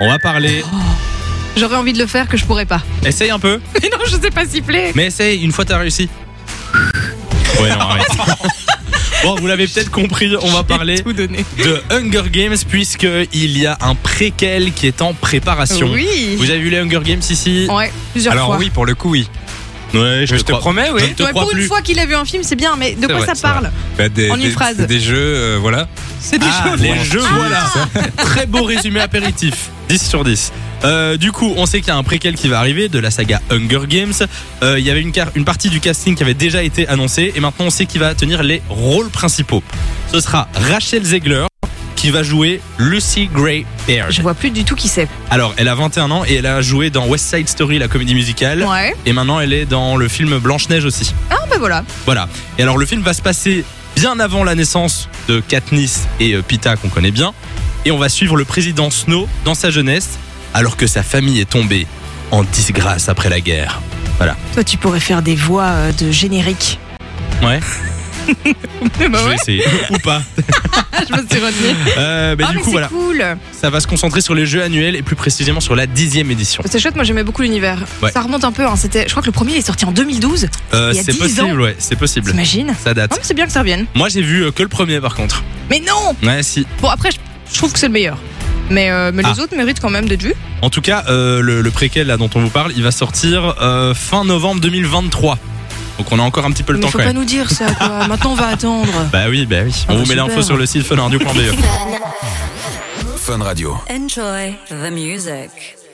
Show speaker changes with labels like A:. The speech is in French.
A: On va parler.
B: J'aurais envie de le faire que je pourrais pas.
A: Essaye un peu.
B: Mais non, je sais pas siffler.
A: Mais essaye, une fois t'as réussi. Ouais, non, arrête. Bon, vous l'avez peut-être compris, on va parler
B: Tout donner.
A: de Hunger Games puisque il y a un préquel qui est en préparation.
B: Oui.
A: Vous avez vu les Hunger Games ici
B: Ouais, plusieurs
C: Alors
B: fois.
C: oui, pour le coup, oui.
A: Ouais,
C: Je, te
A: crois-
C: promets,
A: Je
C: oui.
A: ne te
B: Ouais,
A: crois
B: pour une
A: plus.
B: fois qu'il a vu un film, c'est bien, mais de
C: C'est
B: quoi
C: vrai,
B: ça
C: c'est
B: parle
C: Bah, des,
B: En une
C: des-
B: phrase.
C: c'est des jeux, euh, voilà.
B: C'est des
A: Ah,
B: choses.
A: les jeux, Ah. voilà. Très beau résumé apéritif. 10 sur 10. Euh, du coup, on sait qu'il y a un préquel qui va arriver de la saga Hunger Games. Euh, Il y avait une, car- une partie du casting qui avait déjà été annoncée et maintenant on sait qui va tenir les rôles principaux. Ce sera Rachel Zegler qui va jouer Lucy Gray Baird.
B: Je vois plus du tout qui c'est.
A: Alors, elle a 21 ans et elle a joué dans West Side Story, la comédie musicale.
B: Ouais.
A: Et maintenant, elle est dans le film Blanche-Neige aussi.
B: Ah bah voilà.
A: Voilà. Et alors, le film va se passer bien avant la naissance de Katniss et euh, Pita, qu'on connaît bien. Et on va suivre le président Snow dans sa jeunesse, alors que sa famille est tombée en disgrâce après la guerre.
D: Toi, tu pourrais faire des voix euh, de générique.
A: Ouais, je vais
B: bah ouais,
A: essayer. Ou pas.
B: je me suis retenue.
A: Euh, bah,
B: ah
A: du
B: mais
A: coup,
B: c'est
A: voilà.
B: cool.
A: Ça va se concentrer sur les jeux annuels et plus précisément sur la dixième édition.
B: C'est chouette, moi j'aimais beaucoup l'univers.
A: Ouais.
B: Ça remonte un peu, hein, c'était, je crois que le premier il est sorti en 2012.
A: Euh,
B: Il y a
A: c'est
B: 10
A: possible, ouais, c'est possible.
B: T'imagines
A: Ça date.
B: Non mais c'est bien que ça revienne.
A: Moi, j'ai vu euh, que le premier, par contre.
B: Mais non
A: Ouais, si.
B: Bon après, je, je trouve que c'est le meilleur. Mais, euh,
A: Ah.
B: mais les autres méritent quand même d'être vus.
A: En tout cas, euh, le, le préquel là dont on vous parle, il va sortir euh, fin novembre 2023. Donc on a encore un petit peu le
B: mais
A: temps
B: faut
A: quand
B: pas
A: même.
B: nous dire ça quoi. Maintenant on va attendre.
A: Bah oui, bah oui.
B: Ah
A: on
B: bah
A: vous met l'info
B: super.
A: sur E. le site funradio.be.
C: Fun Radio.
E: Enjoy the music.